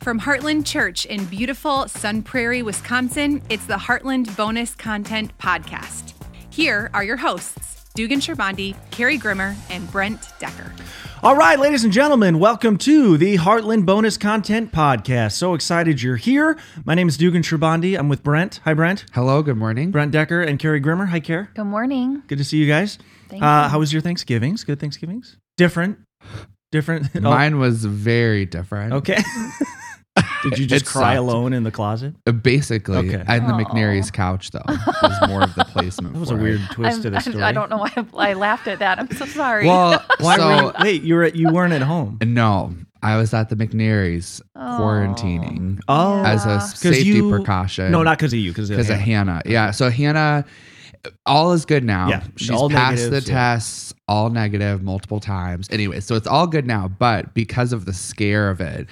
From Heartland Church in beautiful Sun Prairie, Wisconsin, it's the Heartland Bonus Content Podcast. Here are your hosts, Dugan Sherbandi, Carrie Grimmer, and Brent Decker. All right, ladies and gentlemen, welcome to the Heartland Bonus Content Podcast. So excited you're here. My name is Dugan Sherbandi. I'm with Brent. Hi, Brent. Hello, good morning. Brent Decker and Carrie Grimmer. Hi, Care. Good morning. Good to see you guys. Thank Uh, you. how was your Thanksgivings? Good Thanksgivings? Different? Different? Oh, Mine was very different. Okay. Did you just It cry sucked. alone in the closet? Uh, Basically, Okay. I had the Aw. McNary's couch though. Was more of the placement. That was for a it. weird twist I'm- to the I- story. I don't know why I, I laughed at that. I'm so sorry. Well, Why were so you, wait, you were at, you weren't at home. no, I was at the McNary's Aw. quarantining Oh, as Yeah. a 'Cause safety you- precaution. no, not because of you, because because of Hannah. Yeah. So Hannah, all is good now. Yeah, She's all passed negatives, the yeah. tests, all negative multiple times. Anyway, so it's all good now. But because of the scare of it,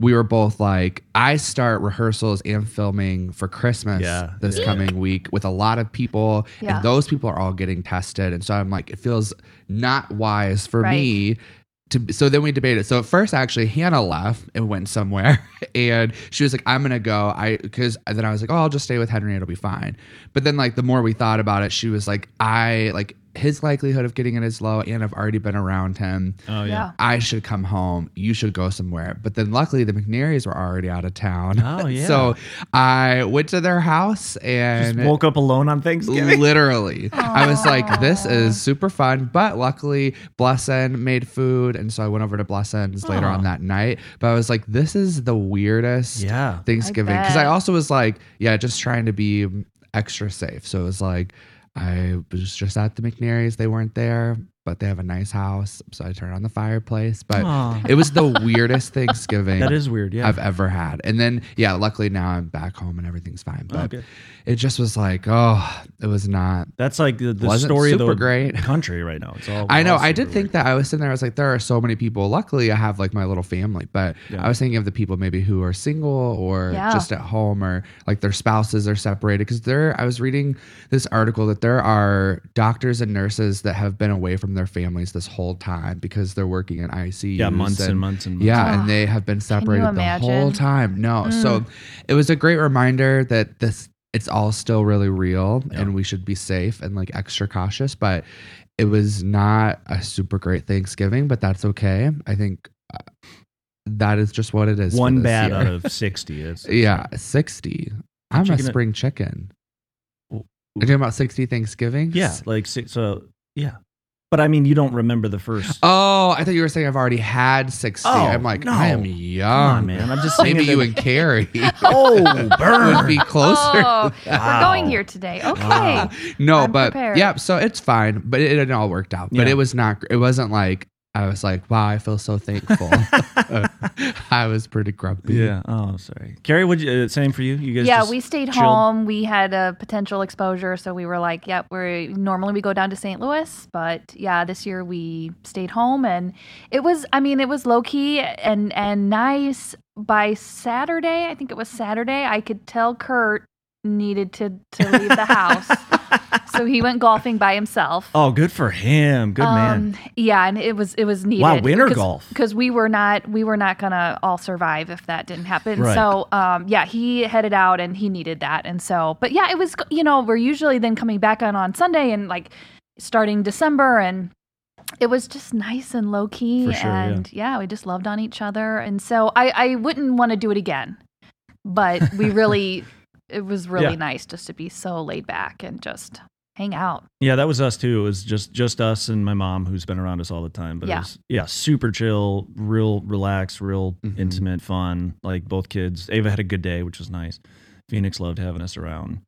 we were both like, I start rehearsals and filming for Christmas Yeah, this yeah. coming week with a lot of people. Yeah. And those people are all getting tested. And so I'm like, it feels not wise for Right. me to so then we debated. So at first actually Hannah left and went somewhere and she was like, I'm gonna go. I cause then I was like, Oh, I'll just stay with Henry, it'll be fine. But then like the more we thought about it, she was like, I like his likelihood of getting it is low and I've already been around him. Oh, yeah. yeah. I should come home. You should go somewhere. But then luckily the McNary's were already out of town. Oh, yeah. so I went to their house Just and woke up alone on Thanksgiving. Literally. I was like, this is super fun. But luckily, Blessin made food. And so I went over to Blessin's later Aw. on that night. But I was like, this is the weirdest Yeah. Thanksgiving. Because I bet. also was like, yeah, just trying to be extra safe. So it was like, I was just at the McNary's. They weren't there, but they have a nice house. So I turned on the fireplace. But Aw. it was the weirdest Thanksgiving. That is weird. Yeah. I've ever had. And then, yeah, luckily now I'm back home and everything's fine. Oh, But good. it just was like, oh, it was not. That's like the, the Wasn't story of the super great. country right now. It's all. I know. all I did super think weird. that I was sitting there. I was like, there are so many people. Luckily, I have like my little family, but Yeah. I was thinking of the people maybe who are single or Yeah. just at home or like their spouses are separated. Cause there, I was reading this article that there are doctors and nurses that have been away from their families this whole time because they're working in ICUs. Yeah, months and, months and months. Yeah, Ugh. and they have been separated the whole imagine? time. No, so it was a great reminder that this it's all still really real and we should be safe and like extra cautious, but it was not a super great Thanksgiving, but that's okay. I think uh, that is just what it is. for one this bad year. out of sixty. It's, yeah, 60. I'm Chicken- a spring chicken. Ooh. You're talking about 60 Thanksgivings? yeah, like six. So yeah, but I mean, you don't remember the first. Oh, I thought you were saying I've already had 60. Oh, I'm like, no. I am Come young. Come on, man. I'm just saying. um, Maybe that- you and Carrie. oh, would burn. be closer. Uh-huh. Oh, Wow. we're going here today. Okay. Wow. No, I'm but prepared. yeah, so it's fine. But it, it all worked out. But Yeah. it was not. It wasn't like I was like, wow, I feel so thankful. I was pretty grumpy. yeah. Oh, sorry, Carrie. Would you? Uh, same for you. You guys. Yeah, just- we stayed chilled. home. We had a potential exposure, so we were like, "Yep, we're normally we go down to St. Louis, but yeah, this year we stayed home, and it was, I mean, it was low key and and nice. By Saturday, I think it was Saturday, I could tell Kurt needed to to leave the house, so he went golfing by himself. Oh, good for him. Good man. Um, yeah, and it was it was needed. Wow, winter Cause, golf. because we were not we were not gonna all survive if that didn't happen. Right. So um, yeah, he headed out and he needed that, and so but yeah, it was you know we're usually then coming back on on Sunday and like starting December and. It was just nice and low key, For sure, yeah. and yeah. we just loved on each other, and so I, I wouldn't want to do it again, but we really, it was really Yeah. nice just to be so laid back and just hang out. Yeah, that was us too. It was just just us and my mom, who's been around us all the time. But yeah, it Yeah. was, yeah, super chill, real relaxed, real Mhm. intimate, fun. Like both kids, Ava had a good day, which was nice. Phoenix loved having us around.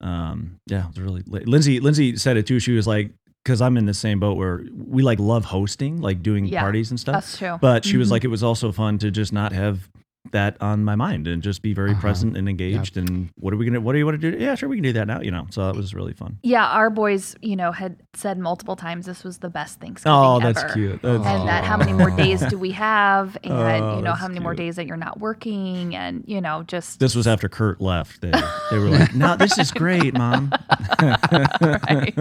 Um, yeah, it was really. Lindsay Lindsay said it too. She was like, because I'm in the same boat where we like love hosting, like doing Yeah, parties and stuff. Us too. But she was Mhm. like, it was also fun to just not have that on my mind and just be very Uh-huh. present and engaged. And what are we gonna? What do you want to do? Yeah, sure, we can do that now. You know, so that was really fun. Yeah, our boys, you know, had said multiple times this was the best Thanksgiving Oh, that's ever. cute. And that how many more days do we have? And Oh, you know, that's how many more cute. days that you're not working and you know, just This was after Kurt left. They, they were like, "No, this is great, mom." Right.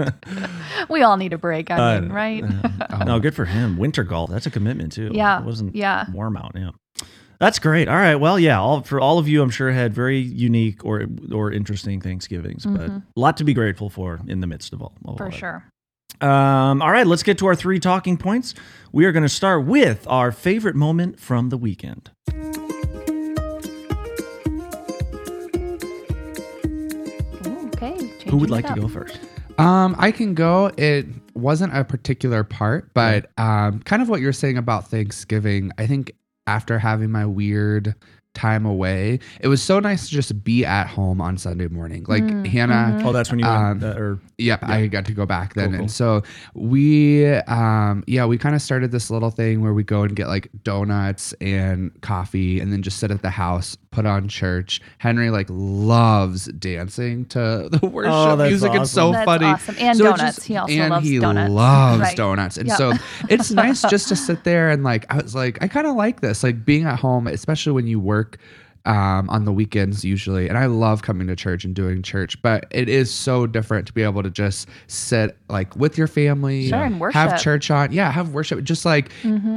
we all need a break, I Uh, mean, right? Um, No, good for him. Winter golf. That's a commitment too. Yeah, it wasn't yeah. warm out. Yeah. That's great. All right. Well, yeah. All for all of you, I'm sure had very unique or or interesting Thanksgivings, but a Mhm. lot to be grateful for in the midst of all. all for of it. sure. Um, all right. Let's get to our three talking points. We are going to start with our favorite moment from the weekend. Ooh, okay. Who changing would it like to up. go first? Um, I can go. It wasn't a particular part, but um, kind of what you're saying about Thanksgiving. I think after having my weird time away, it was so nice to just be at home on Sunday morning. Like Mm, Hannah, mhm. Oh, that's when you went, Um, uh, or Yep, Yeah. I got to go back then. Cool, cool. And so we um yeah, we kind of started this little thing where we go and get like donuts and coffee and then just sit at the house, put on church. Henry like loves dancing to the worship Oh, that's music. It's awesome. so That's funny. awesome. And So it's donuts. just- he also and loves he donuts. loves Right. donuts. And Yeah. so it's nice just to sit there and like I was like, I kind of like this. Like being at home, especially when you work um, on the weekends usually. And I love coming to church and doing church, but it is so different to be able to just sit like with your family, Sure, and have worship. church on. Yeah, have worship. Just like,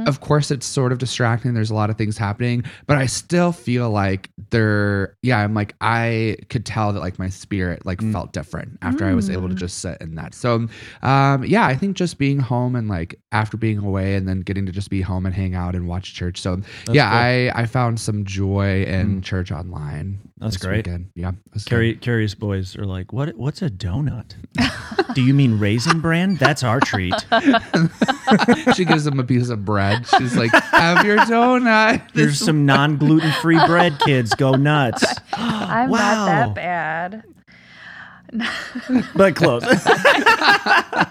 of course, it's sort of distracting. There's a lot of things happening, but I still feel like there, yeah, I'm like, I could tell that like my spirit like Mm. felt different after I was able to just sit in that. So, um, yeah, I think just being home and like after being away and then getting to just be home and hang out and watch church. So, yeah, I I found some joy in church online. Mm. That's this great. Weekend. Yeah, it was good. Curi- curious boys are like, what? What's a donut? Do you mean raisin bran? That's our treat. she gives him a piece of bread. She's like, "Have your donut." Here's some non-gluten free bread, kids. Go nuts. I'm wow. not that bad. but close.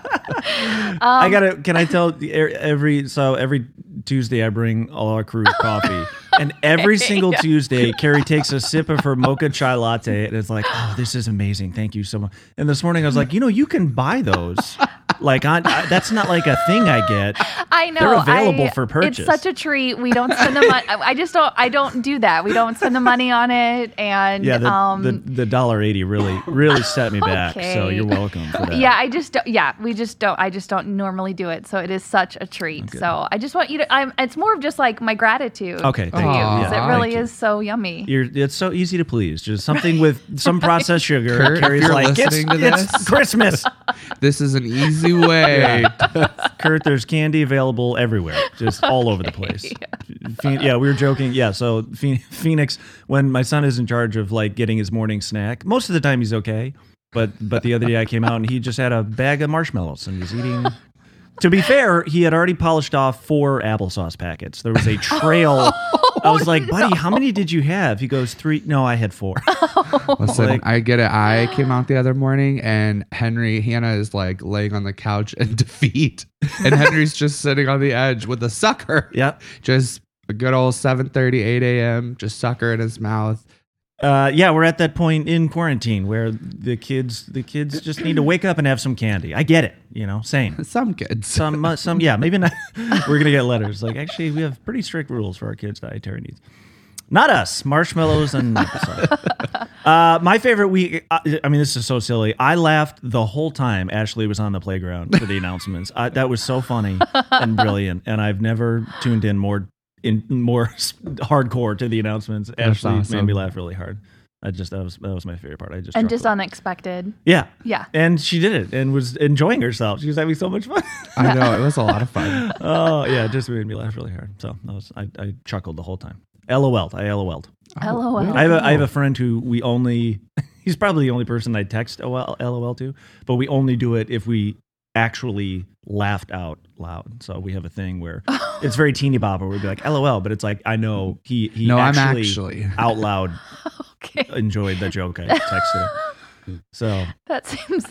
I gotta. Can I tell the- er- every so every Tuesday I bring all our crew coffee, and every single Tuesday Carrie takes a sip of her mocha chai latte, and it's like, oh, this is amazing. Thank you so much. And this morning I was like, you know, you can buy those. Like, on, I, that's not like a thing I get. I know. They're available I- for purchase. It's such a treat. We don't spend the money. I just don't. I don't do that. We don't spend the money on it. And Yeah, the um, the, the dollar eighty really really set me back. So Okay. you're welcome for that. yeah, I just don't, yeah, we just don't. I just don't normally do it. So it is such a treat. So I just want you to. I'm. It's more of just like my gratitude. Okay, thank to you. you, 'cause Aw, it really thank you. Oh, is so yummy. You're, it's so easy to please. Just something with some processed sugar. Kurt, if Carrie's you're like, it's, listening to it's this." Christmas. This is an easy way. Kurt, there's candy available everywhere, just all over the place. Phoen- yeah, we were joking. Yeah, so Phoen- Phoenix, when my son is in charge of like getting his morning snack, most of the time he's okay. But but the other day I came out and he just had a bag of marshmallows and he's eating. To be fair, he had already polished off four applesauce packets. There was a trail. I was like, buddy, how many did you have? He goes, three. No, I had four. Listen, Like- I get it. I came out the other morning and Henry, Hannah is like laying on the couch in defeat. And Henry's just sitting on the edge with a sucker. Yep. Just a good old 7.30, 8 a.m. Just sucker in his mouth. Uh, yeah, we're at that point in quarantine where the kids the kids just need to wake up and have some candy. I get it, you know, same. Some kids. Some uh, some yeah, maybe not. we're gonna get letters like actually we have pretty strict rules for our kids' dietary needs. Not us, marshmallows and applesauce. uh, my favorite week. I, I mean, this is so silly. I laughed the whole time Ashley was on the playground for the announcements. I, that was so funny and brilliant, and I've never tuned in more in more hardcore to the announcements. Ashley made awesome. me laugh really hard. I just that was that was my favorite part. I just and struggled. just unexpected. yeah, Yeah. and she did it and was enjoying herself. She was having so much fun. I know. It was a lot of fun. oh yeah, it just made me laugh really hard. So that was, I, I chuckled the whole time. LOL'd. I LOL'd. LOL. I have a, I have a friend who we only he's probably the only person I text LOL, LOL to, but we only do it if we actually laughed out loud. So we have a thing where Oh. it's very teeny bopper. We'd be like LOL, but it's like I know he he No, I'm actually, actually. out loud Okay. enjoyed the joke I texted him. So That seems.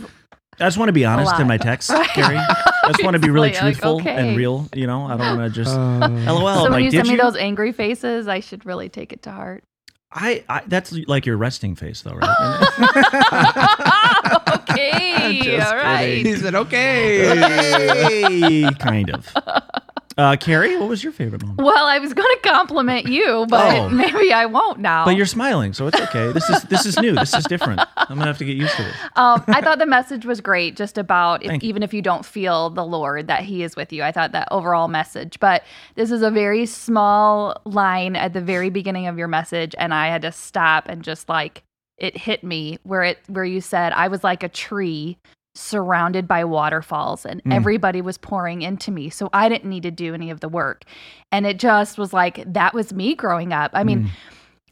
I just want to be honest in lot. my texts, Gary. I just want to be really Obviously, like, truthful okay. and real. Oh, You know, I don't want to just Uh, LOL. so I'm when like, you did send me you? those angry faces, I should really take it to heart. I, I that's like your resting face though, right? okay. All right. he said, okay. Hey, kind of. Uh, Carrie, what was your favorite moment? Well, I was going to compliment you, but Oh. maybe I won't now. But you're smiling, so it's okay. This is this is new. This is different. I'm gonna have to get used to this. um, I thought the message was great, just about if, Thank you. even if you don't feel the Lord that He is with you. I thought that overall message, but this is a very small line at the very beginning of your message, and I had to stop and just like it hit me where it where you said I was like a tree surrounded by waterfalls and Mm. everybody was pouring into me so I didn't need to do any of the work and it just was like that was me growing up I mean Mm.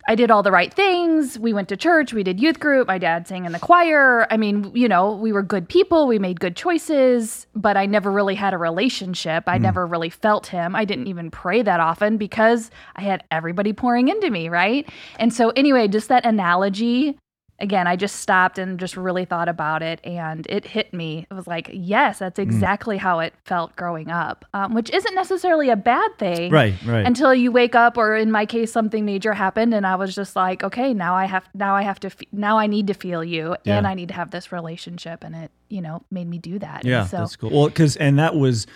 I did all the right things. We went to church. We did youth group. My dad sang in the choir. I mean, you know, we were good people. We made good choices, but I never really had a relationship. I never really felt him. I didn't even pray that often because I had everybody pouring into me, right? And so, anyway, just that analogy. Again, I just stopped and just really thought about it, and it hit me. It was like, yes, that's exactly how it felt growing up, um, which isn't necessarily a bad thing Right, right. until you wake up or in my case something major happened and i was just like okay now i have now i have to fe- now i need to feel you Yeah. and i need to have this relationship and it you know made me do that And yeah, so that's cool. Well, because and that was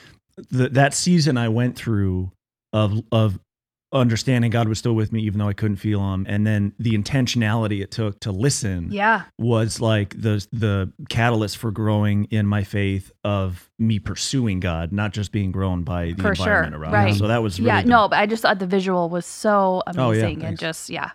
the, that season I went through of of understanding God was still with me even though I couldn't feel Him, and then the intentionality it took to listen. yeah was like the the catalyst for growing in my faith of me pursuing God, not just being grown by the For sure, environment around. right. Me. So that was really yeah the- no but i just thought the visual was so Oh, yeah, amazing and thanks. just yeah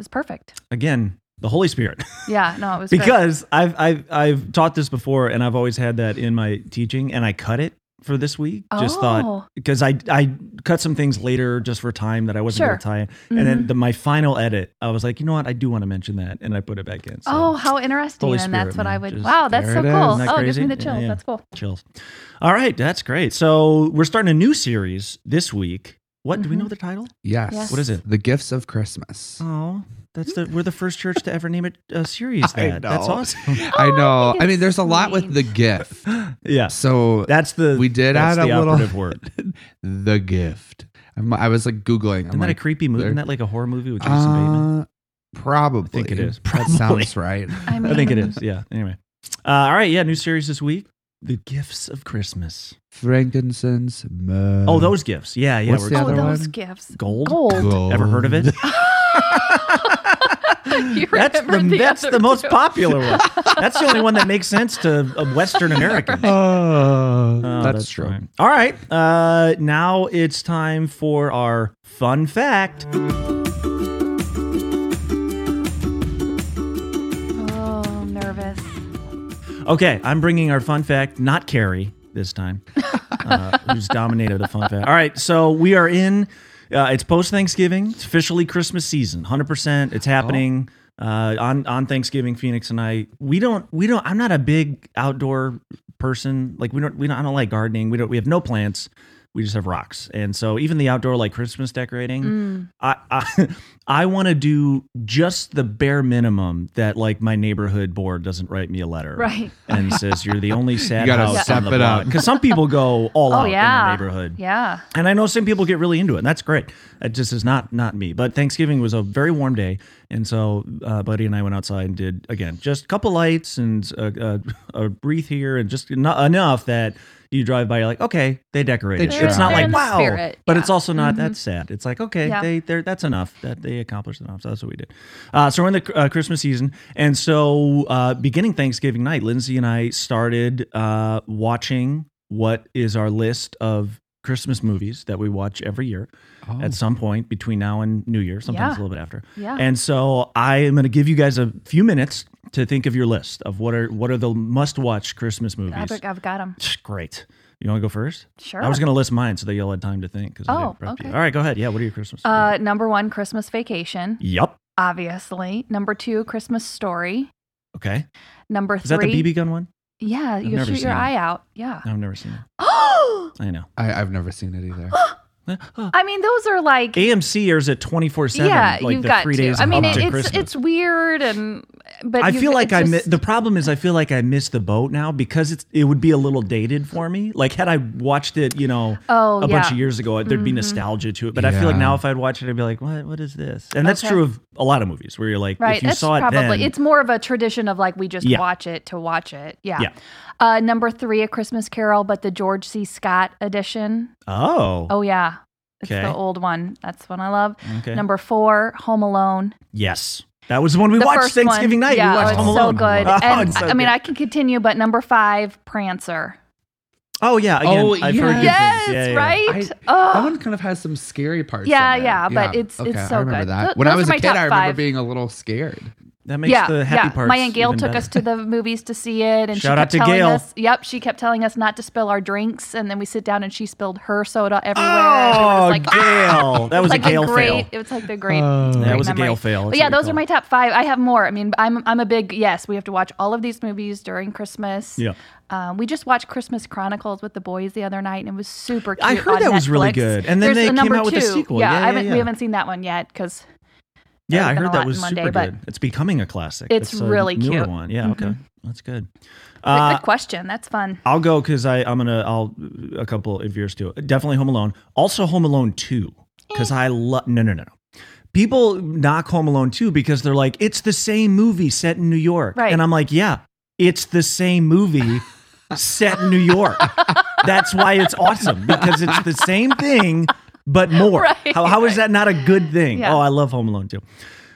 it's perfect again the Holy Spirit yeah no it was great. because I've I've I've taught this before and I've always had that in my teaching and I cut it for this week. Just thought Oh, because I I cut some things later just for time that I wasn't Sure. going to tie in, and mm-hmm. then the, my final edit I was like you know what I do want to mention that and I put it back in. So oh how interesting Holy and that's Spirit, what i man. would Just- wow that's there so it is. cool Isn't that oh it gives me crazy? the chills Yeah, yeah. that's cool chills. All right, that's great. So we're starting a new series this week. What do we Mhm. know the title? Yes. Yes. What is it? The gifts of Christmas. Oh, that's the we're the first church to ever name it a series. I That that's know. awesome. I Oh, I know. think I, mean, it's there's a lot with sweet. the gift. yeah, So that's the We did that's add the a little- operative word. the gift. I'm, I was like googling. I'm Isn't that a like, creepy movie? Isn't there- that like a horror movie with Jason Bateman? uh, probably. I think it is. That Probably. sounds right. i mean I think it is. Yeah. Anyway, uh, all right. Yeah, new series this week. The gifts of Christmas. Frankincense, myrrh. Oh, those gifts. Yeah, yeah. What's we're the oh other talking those one? gifts gold. gold, gold. Ever heard of it? that's the, remembered the that's the other most two. popular one. That's the only one that makes sense to a Western American. Oh, Oh, Ah, that's, true. fine. All right. Uh, now it's time for our fun fact. oh I'm nervous Okay, I'm bringing our fun fact, not Carrie this time, uh, who's dominated the fun fact. All right, so we are in. Uh, it's post Thanksgiving. It's officially Christmas season. 100. percent It's happening uh, on on Thanksgiving. Phoenix and I. We don't. We don't. I'm not a big outdoor person. Like we don't. We don't. I don't like gardening. We don't. We have no plants. We just have rocks. And so even the outdoor like Christmas decorating. I I, I want to do just the bare minimum that like my neighborhood board doesn't write me a letter right and says you're the only sad You gotta house step on the it up. because some people go all Oh, out yeah. in the neighborhood. yeah And I know some people get really into it, and that's great. It just is not not me. But Thanksgiving was a very warm day, and so uh, Buddy and I went outside and did again just a couple lights and a, a, a wreath here, and just eno- enough that you drive by, you're like, okay, they decorated. They it's not tried. They're like in the wow, spirit, but yeah. it's also not that sad. It's like okay, Mm-hmm. Yeah. they they're that's enough that they accomplished enough. So that's what we did. Uh, so we're in the uh, Christmas season, and so uh, beginning Thanksgiving night, Lindsay and I started uh, watching what is our list of Christmas movies that we watch every year Oh. at some point between now and New Year, sometimes a Yeah. little bit after. yeah And so I am going to give you guys a few minutes to think of your list of what are what are the must-watch Christmas movies. I've, I've got them Great. You want to go first? sure I was going to list mine so that y'all had time to think. 'cause I Oh, didn't prep you. okay. All right, go ahead. Yeah, what are your Christmas? uh number one christmas vacation yep. obviously number two christmas story Okay. number three Is that the BB gun one? yeah you never shoot seen your it. eye out yeah No, I've never seen it. oh I know. I, I've never seen it either. i mean those are like AMC airs it 24 7. yeah like you've the got three to days i mean up it, to it's Christmas. it's weird and but I you- feel like it's I mi- just- the problem is I feel like I missed the boat now because it's it would be a little dated for me. Like had I watched it, you know, Oh, a bunch yeah. Mm-hmm. of years ago, there'd be nostalgia to it. But I feel like Yeah. now if I'd watch it, I'd be like, what What is this? And that's Okay. true of a lot of movies where you're like, Right. if you That's saw it probably then, it's more of a tradition of like we just Yeah. watch it to watch it. Yeah. Yeah. Uh, number three, A Christmas Carol, but the George C. Scott edition. oh, Oh yeah. It's Okay. the old one. That's one I love. okay, Number four, Home Alone. yes, that was the one we the watched first one. Thanksgiving night. Yeah, we watched oh, Home it's so Alone. good. Oh, and it's so I mean, good. I can continue, but number five, Prancer. oh yeah, again, Oh, I've heard good Yes, things. Yeah, yeah, yeah. right. I- oh, That one kind of has some scary parts. Yeah, in it. yeah, but it's- it's so I remember good. That. Th- when I those was are a my kid, top I remember five. being a little scared. That makes the happy parts. My aunt Gail even took better. us to the movies to see it, and she Shout kept out to telling Gail. us. Yep, she kept telling us not to spill our drinks, and then we sit down and she spilled her soda everywhere. and it Oh, was like, ah, Gail, that was like a Gail great. fail. It was like the great. Oh. it's a That great was a memory. Gail fail. But That's yeah, what we those call are it. my top five. I have more. I mean, I'm I'm a big yes. We have to watch all of these movies during Christmas. Yeah. Um, we just watched Christmas Chronicles with the boys the other night, and it was super cute. I heard on that was really Netflix. good. And then There's they a came number out with a two. sequel. Yeah, Yeah, I haven't, yeah, we yeah. haven't seen that one yet because Yeah, I been a heard that lot was in one super day, but- good. It's becoming a classic. It's That's a really newer cute. Mm-hmm. One. Yeah, okay, that's good. Uh, good question. That's fun. I'll go because I I'm gonna I'll a couple of years too. Definitely Home Alone. Also Home Alone two because I love no no no no. People knock Home Alone two because they're like it's the same movie set in New York, Right. and I'm like yeah, it's the same movie set in New York. That's why it's awesome because it's the same thing but more. Right, how how is that not a good thing? Yeah. Oh, I love Home Alone too.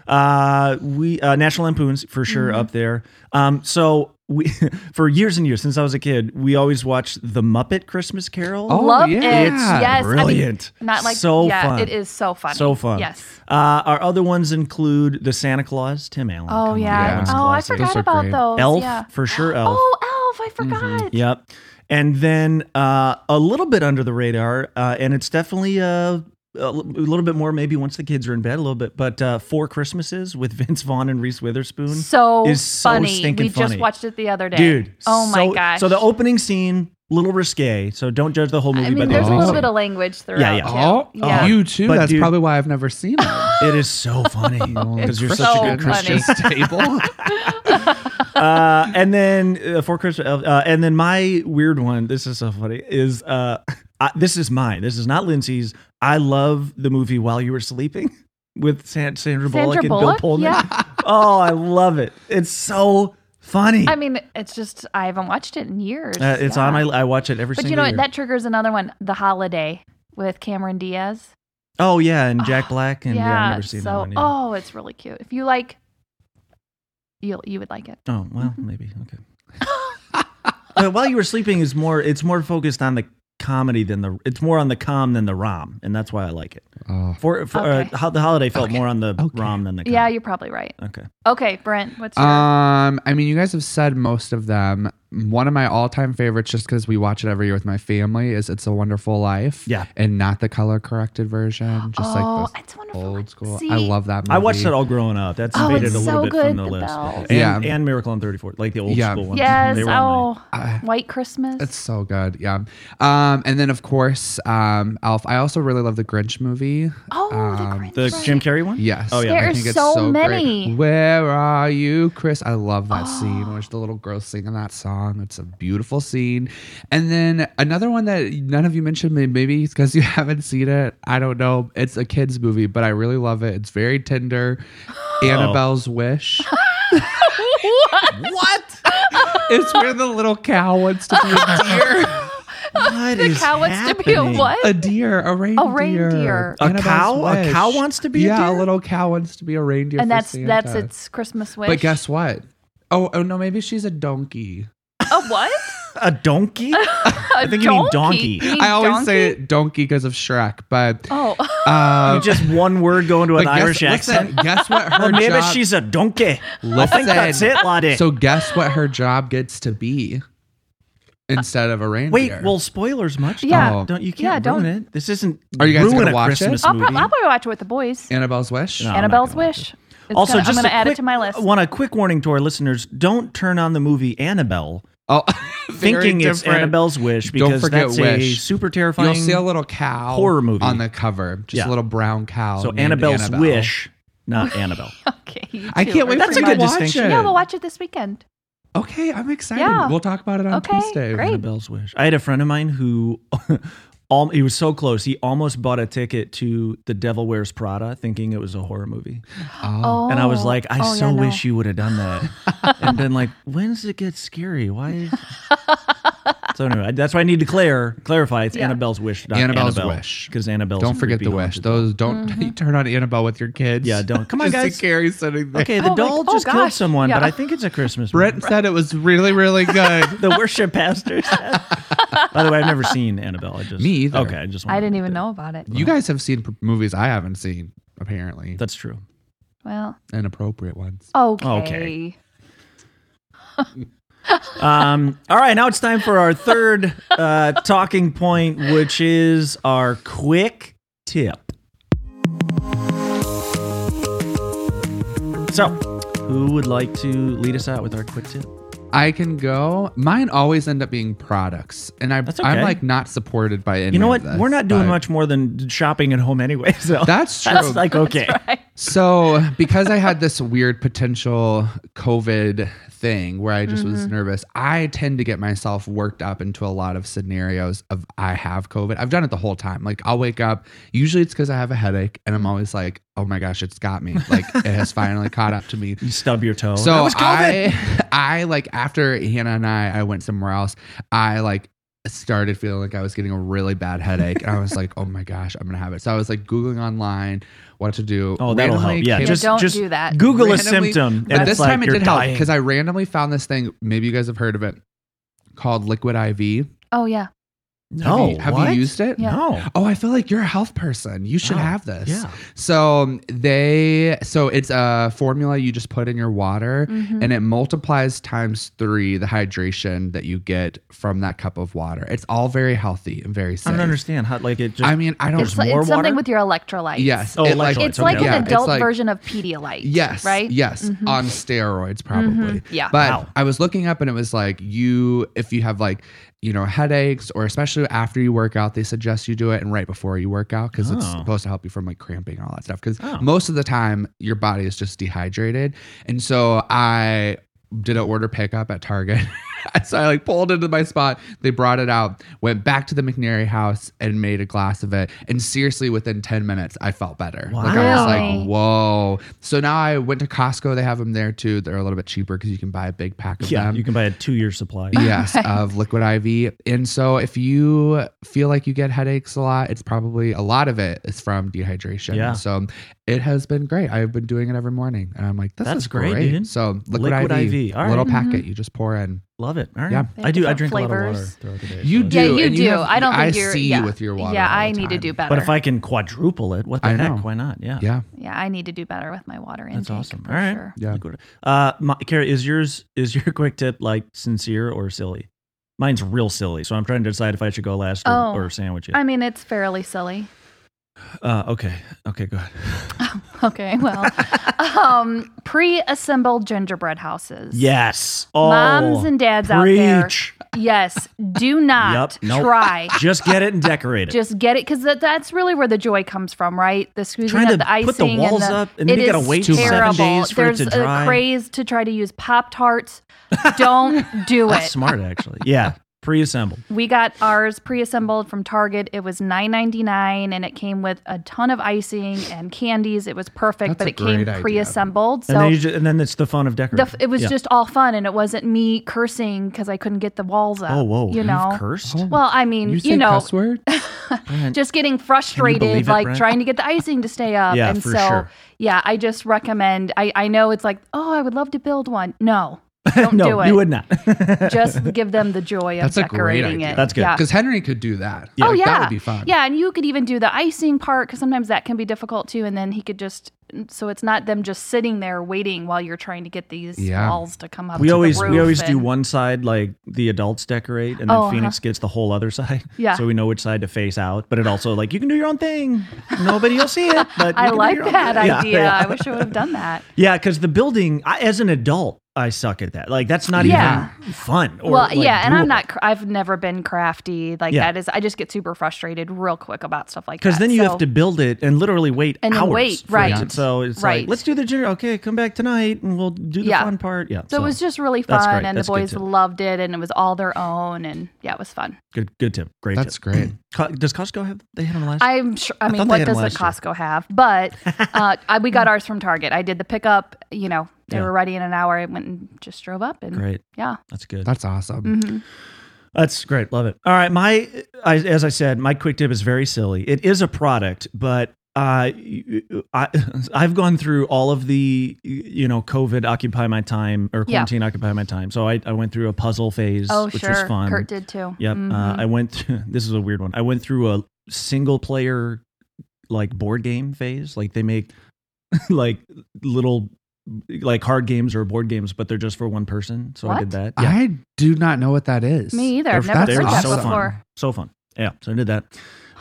Uh, we uh, National Lampoons for sure Mm-hmm. up there. Um, so we for years and years since I was a kid, we always watched the Muppet Christmas Carol. Oh, Love yeah. it. It's yes, brilliant. I mean, not like So yeah, fun. it is so fun. So fun. Yes. Uh, our other ones include the Santa Claus, Tim Allen. Come Oh on, yeah. that one's a Oh, I classic. forgot are about great. those. Elf Yeah. for sure. Elf. Mm-hmm. Oh, Elf! I forgot. Yep. And then uh, a little bit under the radar, uh, and it's definitely uh, a l- a little bit more maybe once the kids are in bed a little bit. But uh, Four Christmases with Vince Vaughn and Reese Witherspoon. So Is so funny. stinking we funny. just watched it the other day, dude. Oh my so, gosh. So the opening scene, little risque. So don't judge the whole movie I by mean, the there's a opening little Oh. bit of language throughout. Yeah, yeah. Oh, Too. yeah. you too. But That's dude- probably why I've never seen it. scene. It is so funny because you're so such a funny. good Christian. stable. Uh, and then uh, for Christmas, uh, and then my weird one. This is so funny. Is uh, I, this is mine. This is not Lindsay's. I love the movie While You Were Sleeping with San- Sandra Bullock Sandra and Bill Bullock? Pullman. Yeah. oh, I love it. It's so funny. I mean, it's just I haven't watched it in years. uh, it's Yeah. on. I, I watch it every But single you know what? year. That triggers another one. The Holiday with Cameron Diaz. oh yeah, and Jack Black and yeah, I've never seen so, that one. yeah. oh, it's really cute. If you like, you you would like it. Oh well, Mm-hmm. maybe okay. but while you were sleeping is more. It's more focused on the comedy than the. It's more on the com than the rom, and that's why I like it. oh. For, for Okay. uh, how the holiday felt more on the Okay. rom than the com. Yeah, you're probably right. Okay. Okay, Brent, what's your Um, I mean, you guys have said most of them. One of my all-time favorites, just because we watch it every year with my family, is "It's a Wonderful Life." Yeah. and not the color-corrected version, just oh, like it's the wonderful. old school. See, I love that. movie. I watched it all growing up. That's Oh, faded it's a little so bit good, from the the list. bells. And, Yeah. and Miracle on 34, like the old Yeah. school ones. Yes. They were on Oh, I- White Christmas. It's so good. Yeah. Um, and then of course, um, Alf. I also really love the Grinch movie. oh, um, the Grinch. my- The right. Jim Carrey one? Yes. Oh, yeah. There I are think it's so, great. many. Where are you, Chris? I love that scene. Where's the little girl singing that song? It's a beautiful scene. And then another one that none of you mentioned, may- maybe because you haven't seen it. I don't know. It's a kids' movie, but I really love it. It's very tender. Annabelle's Wish. What? it's where the little cow wants to be a deer. What The is cow wants to be a happening? what? A deer, a reindeer. reindeer. A Annabelle's cow? A Wish. cow wants to be a yeah, deer? little cow wants to be a reindeer. and for that's Santa. that's its Christmas wish. But guess what? Oh, oh no, maybe she's a donkey. a what? A donkey? I think you mean donkey. I always say it donkey because of Shrek, but Oh, uh, You just one word go into but an guess- Irish accent. Listen, guess what her Or maybe job? she's a donkey. I Listen. think that's it, laddie. so guess what her job gets to be instead of a Wait, reindeer. well, spoilers much? Yeah. Don't, don't- you Yeah, can't don't- ruin it. This isn't Are you guys ruin gonna a watch it? Christmas I'll, movie. prob- I'll probably watch it with the boys. Annabelle's wish. No. I'm not Annabelle's gonna wish. It's also, gonna- just I'm going a to add quick- it to my list. I want a quick warning to our listeners: don't turn on the movie Annabelle Oh, very thinking it's different. Annabelle's wish Don't because forget that's a wish. super You'll terrifying. see a little cow horror movie. on the cover, just Yeah. a little brown cow. so named Annabelle's Annabelle. wish, not Annabelle. okay. you I two can't are wait That's pretty a good much- distinction. Yeah, we'll watch it this weekend. Okay, I'm excited. Yeah. We'll talk about it on Okay, Tuesday. great. Annabelle's wish. I had a friend of mine who, all he was so close. He almost bought a ticket to The Devil Wears Prada, thinking it was a horror movie. Oh, and I was like, I Oh, so yeah, no. wish you would have done that, and been like, when does it get scary? Why? Is... so anyway, I- that's why I need to clear clarify. It's Yeah. Annabelle's wish, not Annabelle's Annabelle, wish. because Annabelle's. don't forget creepy the haunted wish. Those don't turn on Annabelle with your kids. Yeah, don't. Come on, Just to guys. carry something there. Okay, Oh, the like, doll oh, just killed gosh. someone, but Yeah. I think it's a Christmas. movie. Brent said it was really, really good. the worship pastor said. By the way, I've never seen Annabelle. I just Me either. Okay, I just. I wanted didn't to- even know about it. you guys have seen p- movies I haven't seen, apparently, That's true. Well, inappropriate ones. okay. Okay. Um, all right, now it's time for our third uh, talking point, which is our quick tip. So, who would like to lead us out with our quick tip? I can go. Mine always end up being products, and I, That's I'm okay. like not supported by any. You know of what? this, We're not doing but- much more than shopping at home anyway. So That's true. that's like okay. So, because I had this weird potential COVID thing where I just was nervous, I tend to get myself worked up into a lot of scenarios of I have COVID. I've done it the whole time. Like, I'll wake up, usually it's because I have a headache, and I'm always like, oh my gosh, it's got me. Like, it has finally caught up to me. You stub your toe. So Oh, That was COVID. I, I like after Hannah and I, I went somewhere else. I like started feeling like I was getting a really bad headache, and I was like, "Oh my gosh, I'm gonna have it." So I was like googling online what to do. oh, that'll Randomly help. Yeah, came- Yeah, just don't just do that. Google randomly- a symptom. But and this it's like time it you're did help dying. because I randomly found this thing. Maybe you guys have heard of it called Liquid IV. Oh yeah. No, have you, have you what? used it? Yeah. No. Oh, I feel like you're a health person. You should Oh, have this. Yeah. So um, they, so it's a formula you just put in your water, Mhm. and it multiplies times three the hydration that you get from that cup of water. It's all very healthy and very safe. I don't understand how like it just I mean, I don't. There's It's, like- more it's something water? with your electrolytes. yes. Oh, it, like- electrolytes, It's like okay. Yeah, an it's adult like- version of Pedialyte. Yes. Right? Yes. Mhm. On steroids, probably. Mhm. Yeah. But Wow. I was looking up and it was like you, if you have like, you know, headaches or especially after you work out, they suggest you do it and right before you work out because it's Oh. supposed to help you from like cramping and all that stuff. Because Oh. most of the time your body is just dehydrated. And so I did an order pickup at Target. so I like pulled into my spot. They brought it out, went back to the McNary house and made a glass of it. And seriously, within 10 minutes, I felt better. Like I was Wow. like, whoa. So now I went to Costco. They have them there too. They're a little bit cheaper because you can buy a big pack of yeah, them. you can buy a two year supply. yes, of liquid IV. And so if you feel like you get headaches a lot, it's probably a lot of it is from dehydration. Yeah. So it has been great. I've been doing it every morning. And I'm like, this That's is great, great. dude. So liquid, Liquid IV, IV. All little right. Mm-hmm. packet you just pour in. Love it. All right. Yeah. They I have do I different drink a lot of water flavors. throughout the day. You so- do. Yeah, you and do. have- I don't think I you're. see yeah. you with your water. Yeah, all I the need to time. do better. But if I can quadruple it, what the I heck? know. Why not? Yeah. Yeah. yeah, I need to do better with my water intake. That's awesome. For All right. Sure. Yeah. Liquid- Uh my, Carrie, is yours is your quick tip like sincere or silly? Mine's real silly, so I'm trying to decide if I should go last or, Oh. or sandwich it. I mean, it's fairly silly. uh, okay. Okay, go ahead. Okay, well, um, pre-assembled gingerbread houses. Yes. Oh, Moms and dads out there. preach. Yes, do not Yep, nope. try. Just get it and decorate it. Just get it because that, that's really where the joy comes from, right? The squeezing Trying of the to icing put the walls and the, up, and then it you gotta is wait seven terrible. days for it There's to dry. a craze to try to use pop tarts. Don't do it. That's smart actually. Yeah. Pre-assembled. We got ours pre-assembled from Target. It was $9.99 and it came with a ton of icing and candies. It was That's perfect, but a it came great idea. pre-assembled. And so then you just, and then it's the fun of the, decorating. f- it was Yeah. just all fun and it wasn't me cursing because I couldn't get the walls up. Oh whoa! You know? You've cursed. Oh, Well, I mean, You you, say know, uh, cuss word? Brent. just getting frustrated, believe it, like Brent? trying to get the icing to stay up. Yeah, and for so, sure. yeah, I just recommend, I, I know it's like, oh, I would love to build one. No, don't no, do it. you would not. Just give them the joy of That's a great decorating idea. it. That's good. Yeah. Because Henry could do that. Oh Like, yeah, That would be fun. Yeah, and you could even do the icing part because sometimes that can be difficult too. And then he could just so it's not them just sitting there waiting while you're trying to get these Yeah. walls to come up. we to the always we roof always do and- one side like the adults decorate, and then Oh, uh-huh. Phoenix gets the whole other side. Yeah. So we know which side to face out, but it also like you can do your own thing. Nobody will see it. But you I can do like your own that thing. Yeah, idea. Yeah, I wish I would have done that. Yeah, because the building I, as an adult, I suck at that. Like that's not Yeah. even fun. Or, well, like, yeah, and I'm doable. not. cr- I've never been crafty like Yeah. that. Is I just get super frustrated real quick about stuff like that. Because then you So- have to build it and literally wait And then hours. wait, for right. it. So it's Right. like, let's do the junior. Okay, come back tonight and we'll do the Yeah. fun part. Yeah. So, it was just really that's fun, great. and That's the good boys tip. loved it, and it was all their own, and yeah, it was fun. good. Good tip. Great. That's tip. great. Co- Does Costco have? They had them last. I'm sure. I I thought mean, they what had 'em doesn't last Costco have? But uh, I, we got ours from Target. I did the pickup. You know, they Yeah. were ready in an hour. I went and just drove up, and great. yeah. That's good. That's awesome. hmm That's great. Love it. All right. My, I, as I said, my quick tip is very silly. It is a product, but uh, y- y- I, I've gone through all of the, y- you know, COVID occupy my time or Yeah. quarantine occupy my time. So I, I went through a puzzle phase, Oh, which sure. was fun. Kurt did too. Yep. Uh, Mhm. I went. this is a weird one. I went through a single player like board game phase. Like they make like little like card games or board games, but they're just for one person. So I did that. Yeah. I do not know what that is. Me either. I've They're- never they're heard that so before. Fun. So fun. Yeah. So I did that.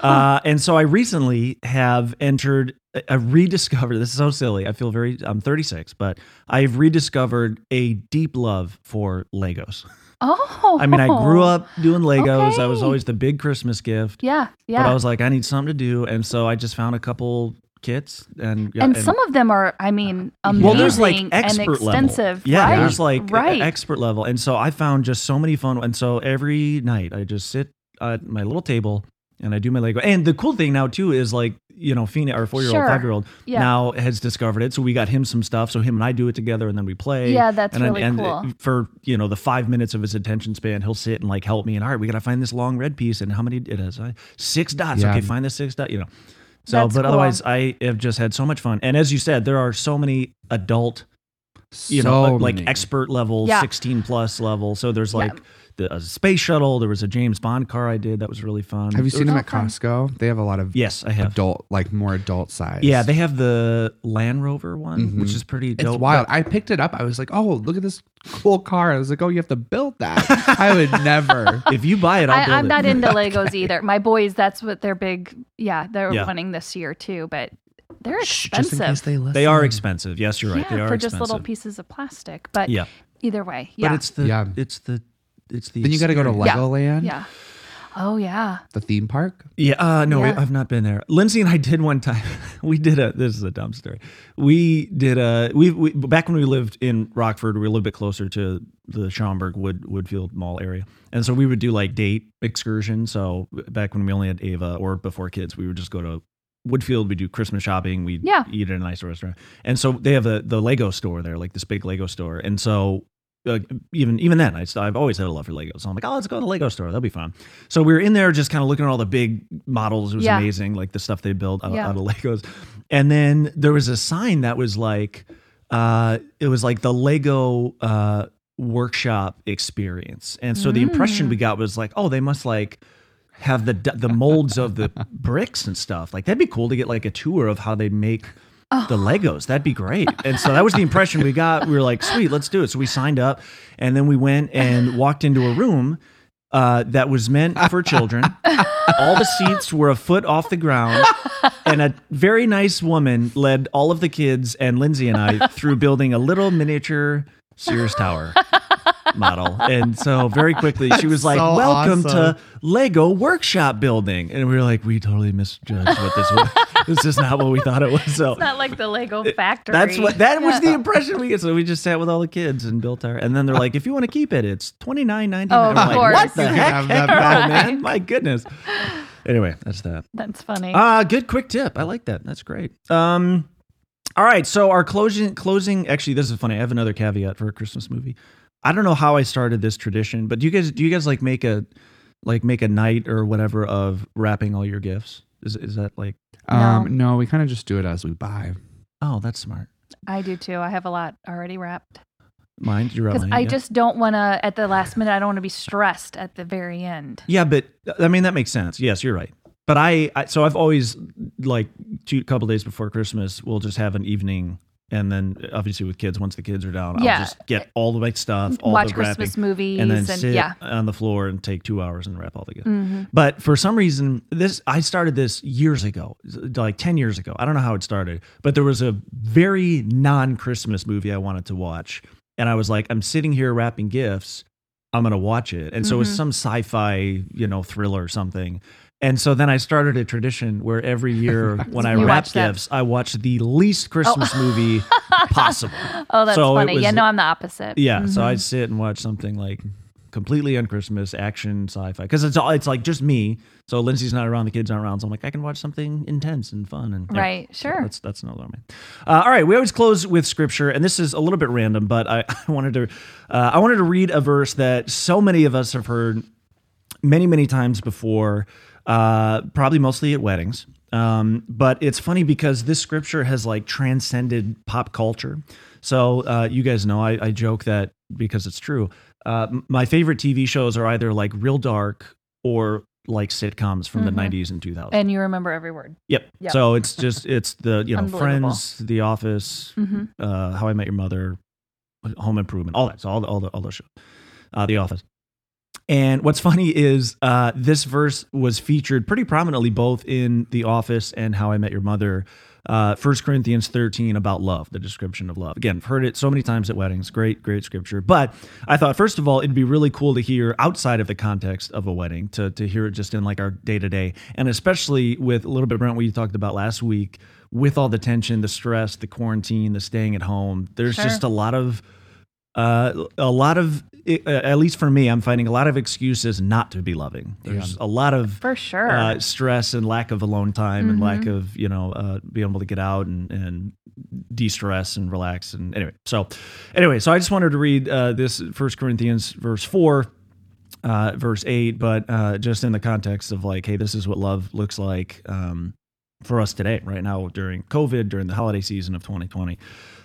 Uh, and so I recently have entered, I rediscovered, this is so silly. I feel very, I'm 36, but I've rediscovered a deep love for Legos. Oh, I mean, I grew up doing Legos. I was Okay. always the big Christmas gift, Yeah, but I yeah. was like, I need something to do. And so I just found a couple kits and, and, some of them are, I mean, amazing well, there's like and expert extensive. level. Yeah, right? there's like e-, right. expert level. And so I found just so many fun. And so every night I just sit at my little table and I do my Lego. And the cool thing now too is like you know Fina, our four year old, Sure. five year old, Yeah. now has discovered it. So we got him some stuff. So him and I do it together, and then we play. Yeah, that's and, then- really and cool. it- For you know the five minutes of his attention span, he'll sit and like help me. And all right, we got to find this long red piece. And how many it has? Uh, Six dots. Yeah. Okay, find the six dot. You know. So, That's but cool. otherwise, I have just had so much fun. And as you said, there are so many adult you know So like many. expert level Yeah. 16 plus level so there's Yeah. like the a space shuttle there was a james bond car i did that was really fun Have you There seen was- them Oh, at fun. Costco? They have a lot of yes i have adult, like more adult size. yeah they have the land rover one Mhm. which is pretty It's dope wild. I picked it up. I was like, "Oh, look at this cool car!" I was like, "Oh, you have to build that." I would never. But if you buy it i'll I, build I'm it. not into Legos either. My boys, that's what they're big. Yeah, they're Yeah. running this year too, but they're Shh, Just in case expensive. they listen. they are expensive yes you're right yeah, they are for expensive just little pieces of plastic. But yeah either way, but yeah, it's the Yeah. it's the it's the Then you got to go to experience. Yeah. Legoland, yeah. Oh yeah. the theme park. Yeah, uh, no, Yeah. I've not been there. Lindsay and I did one time. We did a. This is a dumb story. We did a. We, we back when we lived in Rockford, we were a little bit closer to the Schaumburg Wood Woodfield Mall area, and so we would do like date excursions. So back when we only had Ava or before kids, we would just go to Woodfield. We do Christmas shopping. We Yeah. eat at a nice restaurant, and so they have a, the Lego store there, like this big Lego store, and so. Uh, even even then, I, I've always had a love for Lego, so I'm like, oh, let's go to the Lego store. That'll be fun. So we were in there just kind of looking at all the big models. It was Yeah. amazing, like the stuff they built out, Yeah. out of Legos. And then there was a sign that was like, uh, it was like the Lego uh, workshop experience. And so the impression Mm. we got was like, oh, they must like have the d- the molds of the bricks and stuff. Like that'd be cool to get like a tour of how they make Oh. the Legos. That'd be great. And so that was the impression we got. We were like, sweet, let's do it. So we signed up and then we went and walked into a room uh, that was meant for children. all the seats were a foot off the ground. And a very nice woman led all of the kids and Lindsay and I through building a little miniature Sears Tower model. And so very quickly she was like, so Welcome awesome. to Lego Workshop Building. And we were like, We totally misjudged what this was. this is not what we thought it was. So It's not like the Lego factory. that's what that was the impression we get. So we just sat with all the kids and built our and then they're like, if you want to keep it, it's twenty nine ninety Oh, nine. of like, course. What the You can heck? have Heck that no, back. man. My goodness. Anyway, that's that. That's funny. Ah, good quick tip. I like that. That's great. Um all right, so our closing closing actually this is funny. I have another caveat for a Christmas movie. I don't know how I started this tradition, but do you guys do you guys like make a like make a night or whatever of wrapping all your gifts? Is is that like Um, no, we kind of just do it as we buy. oh that's smart. I do too. I have a lot already wrapped Mine, you're because mine, I yeah? just don't want to at the last minute. I don't want to be stressed at the very end. Yeah, but I mean that makes sense. Yes, you're right. But I, I so I've always like two couple days before Christmas, we'll just have an evening, and then obviously with kids, once the kids are down, Yeah. I'll just get all the right stuff, all Watch the wrapping, Christmas movies and and, then sit yeah. on the floor and take two hours and wrap all the gifts. Mhm. But for some reason, this I started this years ago, like ten years ago. I don't know how it started, but there was a very non-Christmas movie I wanted to watch, and I was like, I'm sitting here wrapping gifts. I'm gonna watch it. And so it's Mm-hmm. Mhm. some sci-fi, you know, thriller or something. And so then I started a tradition where every year when I You wrap watch that. gifts, I watch the least Christmas movie possible. Oh, that's So it funny. was- yeah, no, I'm the opposite. Yeah, so Mhm. I'd sit and watch something like completely un Christmas action sci-fi because it's all it's like just me. So Lindsay's not around, the kids aren't around, so I'm like I can watch something intense and fun and yeah. Right, So sure. that's that's no alarm. Uh, all right, we always close with scripture, and this is a little bit random, but I, I wanted to uh, I wanted to read a verse that so many of us have heard many many times before, uh, probably mostly at weddings. Um, but it's funny because this scripture has like transcended pop culture. So uh, you guys know I, I joke that because it's true. Uh, m- my favorite TV shows are either like real dark or like sitcoms from Mhm. the 90s and 2000s. and you remember every word. Yep. Yep. So it's just it's the you know Unbelievable. Friends, The Office, hmm uh, How I Met Your Mother, Home Improvement, all that. So all the all the all those shows, uh, The Office. And what's funny is uh, this verse was featured pretty prominently both in The Office and How I Met Your Mother. Uh, 1 Corinthians 13 about love, the description of love. Again, I've heard it so many times at weddings. Great, great scripture. But I thought, first of all, it'd be really cool to hear outside of the context of a wedding, to, to hear it just in like our day to day. And especially with a little bit, Brent, what you talked about last week, with all the tension, the stress, the quarantine, the staying at home, there's Sure. just a lot of uh, a lot of uh, at least for me i'm finding a lot of excuses not to be loving there's a lot of For sure. Mm-hmm. uh, stress and lack of alone time and lack of you know uh, being able to get out and, and de-stress and relax and anyway so anyway so i just wanted to read uh, this first corinthians verse 4 uh, verse 8 but uh, just in the context of like hey this is what love looks like um, for us today right now during covid during the holiday season of 2020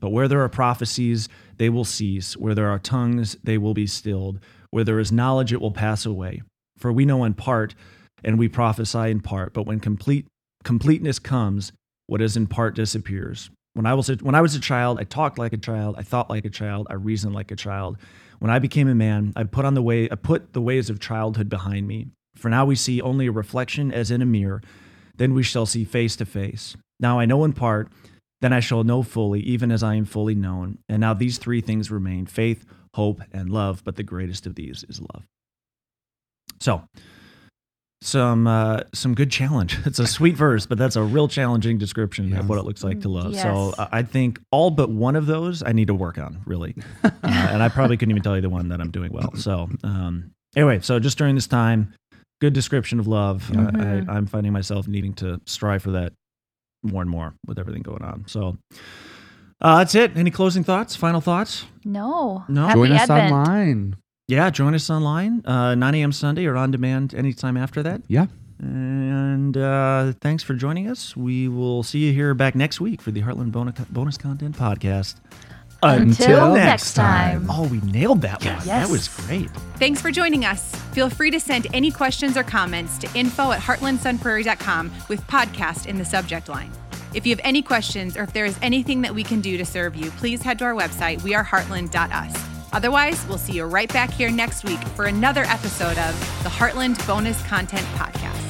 But where there are prophecies, they will cease. Where there are tongues, they will be stilled. Where there is knowledge, it will pass away. For we know in part, and we prophesy in part. But when complete completeness comes, what is in part disappears. When I was a, when I was a child, I talked like a child, I thought like a child, I reasoned like a child. When I became a man, I put on the way I put the ways of childhood behind me. For now we see only a reflection as in a mirror. Then we shall see face to face. Now I know in part, then I shall know fully, even as I am fully known. And now these three things remain faith, hope, and love, but the greatest of these is love. So, some uh, some good challenge. It's a sweet verse, but that's a real challenging description Yes. of what it looks like to love. So Yes. I I think all but one of those I need to work on really, uh, and I probably couldn't even tell you the one that I'm doing well. So um, anyway, so just during this time, good description of love. Yeah. I, I, I'm finding myself needing to strive for that more and more with everything going on. So. Uh, that's it. Any closing thoughts? Final thoughts? No. No. Happy Join us Advent. online. Yeah, join us online, uh, 9 a.m. Sunday or on demand anytime after that. Yeah. And uh, thanks for joining us. We will see you here back next week for the Heartland Bonus, bonus Content Podcast. Until next time. Oh, we nailed that one. That Yes. was great. Thanks for joining us. Feel free to send any questions or comments to info at heartlandsunprairie.com with podcast in the subject line. If you have any questions or if there is anything that we can do to serve you, please head to our website, weareheartland.us. Otherwise, we'll see you right back here next week for another episode of the Heartland Bonus Content Podcast.